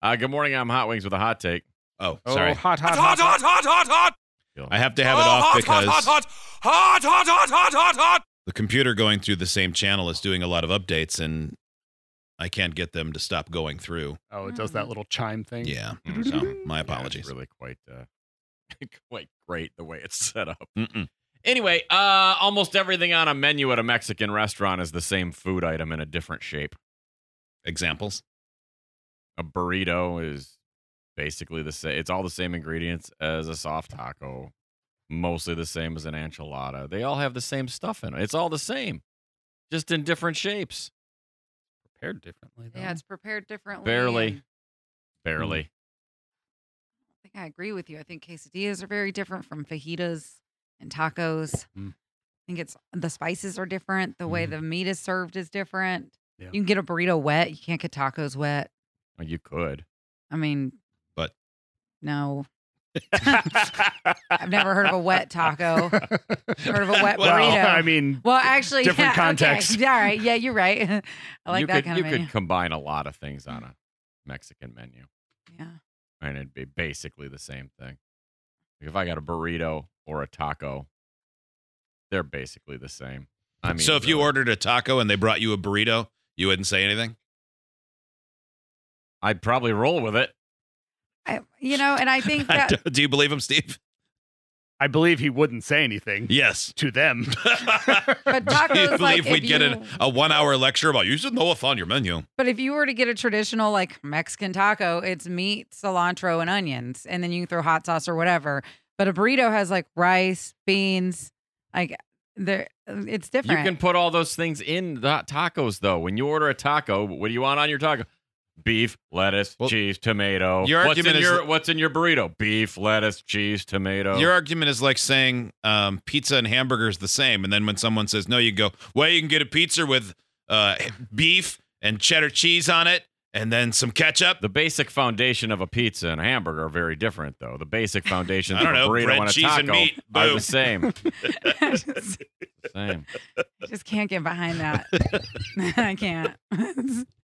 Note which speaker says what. Speaker 1: Uh, good morning. I'm Hot Wings with a hot take.
Speaker 2: Oh,
Speaker 3: Oh,
Speaker 2: sorry.
Speaker 3: hot, hot,
Speaker 4: hot,
Speaker 3: hot.
Speaker 4: hot, hot, hot, hot.
Speaker 2: I have to have
Speaker 4: oh,
Speaker 2: it off
Speaker 4: hot,
Speaker 2: because
Speaker 4: hot, hot, hot, hot, hot, hot, hot, hot, hot.
Speaker 2: the computer going through the same channel is doing a lot of updates and I can't get them to stop going through.
Speaker 3: Oh, it does that little chime thing.
Speaker 2: Yeah.
Speaker 1: Mm,
Speaker 2: So,
Speaker 1: yeah,
Speaker 2: my
Speaker 1: it's
Speaker 2: apologies.
Speaker 1: really quite, uh, quite great the way it's set up.
Speaker 2: Mm-mm.
Speaker 1: Anyway, uh, almost everything on a menu at a Mexican restaurant is the same food item in a different shape.
Speaker 2: Examples?
Speaker 1: A burrito is basically the same. It's all the same ingredients as a soft taco. Mostly the same as an enchilada. They all have the same stuff in it. It's all the same, just in different shapes.
Speaker 2: Mm.
Speaker 3: Prepared differently. Though.
Speaker 5: Yeah, it's prepared differently.
Speaker 1: Barely.
Speaker 5: and
Speaker 1: Barely.
Speaker 5: I think I agree with you. I think quesadillas are very different from fajitas and tacos.
Speaker 3: Mm.
Speaker 5: I think it's the spices are different. The way the meat is served is different.
Speaker 3: Yeah.
Speaker 5: You can get a burrito wet. You can't get tacos wet.
Speaker 1: Well, You could.
Speaker 5: I mean,
Speaker 2: But-
Speaker 5: no. I've never heard of a wet taco. heard of a wet
Speaker 3: well,
Speaker 5: burrito.
Speaker 3: I mean,
Speaker 5: Well, actually,
Speaker 3: Different
Speaker 5: yeah,
Speaker 3: context.
Speaker 5: Okay. All right. Yeah, you're right. I like
Speaker 1: you
Speaker 5: that
Speaker 1: could,
Speaker 5: kind
Speaker 1: you
Speaker 5: of
Speaker 1: could
Speaker 5: menu. Mm.
Speaker 1: combine a lot of things on a Mexican menu,
Speaker 5: yeah.
Speaker 1: and it'd be basically the same thing. Like if I got a burrito or a taco, they're basically the same. I mean,
Speaker 2: so if you
Speaker 1: really,
Speaker 2: ordered a taco and they brought you a burrito, you wouldn't say anything?
Speaker 1: I'd probably roll with it.
Speaker 5: I, you know, and I think
Speaker 2: I
Speaker 5: that
Speaker 2: don't- Do you believe him, Steve?
Speaker 3: I believe he wouldn't say anything
Speaker 2: Yes.
Speaker 3: to them.
Speaker 5: But
Speaker 2: Do you
Speaker 5: tacos,
Speaker 2: believe
Speaker 5: like,
Speaker 2: we'd
Speaker 5: if
Speaker 2: get
Speaker 5: you-
Speaker 2: an, a one hour lecture about you should know what's on your menu?
Speaker 5: But if you were to get a traditional like Mexican taco, it's meat, cilantro, and onions, and then you can throw hot sauce or whatever. But a burrito has like rice, beans, like there, it's different.
Speaker 1: You can put all those things in the tacos, though. When you order a taco, what do you want on your taco? Beef, lettuce,
Speaker 2: Well,
Speaker 1: cheese, tomato.
Speaker 2: your
Speaker 1: what's in
Speaker 2: argument is
Speaker 1: your
Speaker 2: that-
Speaker 1: What's in your burrito? Beef, lettuce, cheese, tomato.
Speaker 2: Your argument is like saying um, pizza and hamburgers the same, and then when someone says no, you go, "Well, you can get a pizza with uh, beef and cheddar cheese on it, and then some ketchup."
Speaker 1: The basic foundation of a pizza and a hamburger are very different, though. The basic foundations of
Speaker 2: I
Speaker 1: a
Speaker 2: don't know,
Speaker 1: burrito
Speaker 2: bread,
Speaker 1: and a
Speaker 2: cheese,
Speaker 1: taco
Speaker 2: and meat.
Speaker 1: are the
Speaker 2: Boom.
Speaker 1: same.
Speaker 5: just,
Speaker 1: Same.
Speaker 5: just can't get behind that. I can't.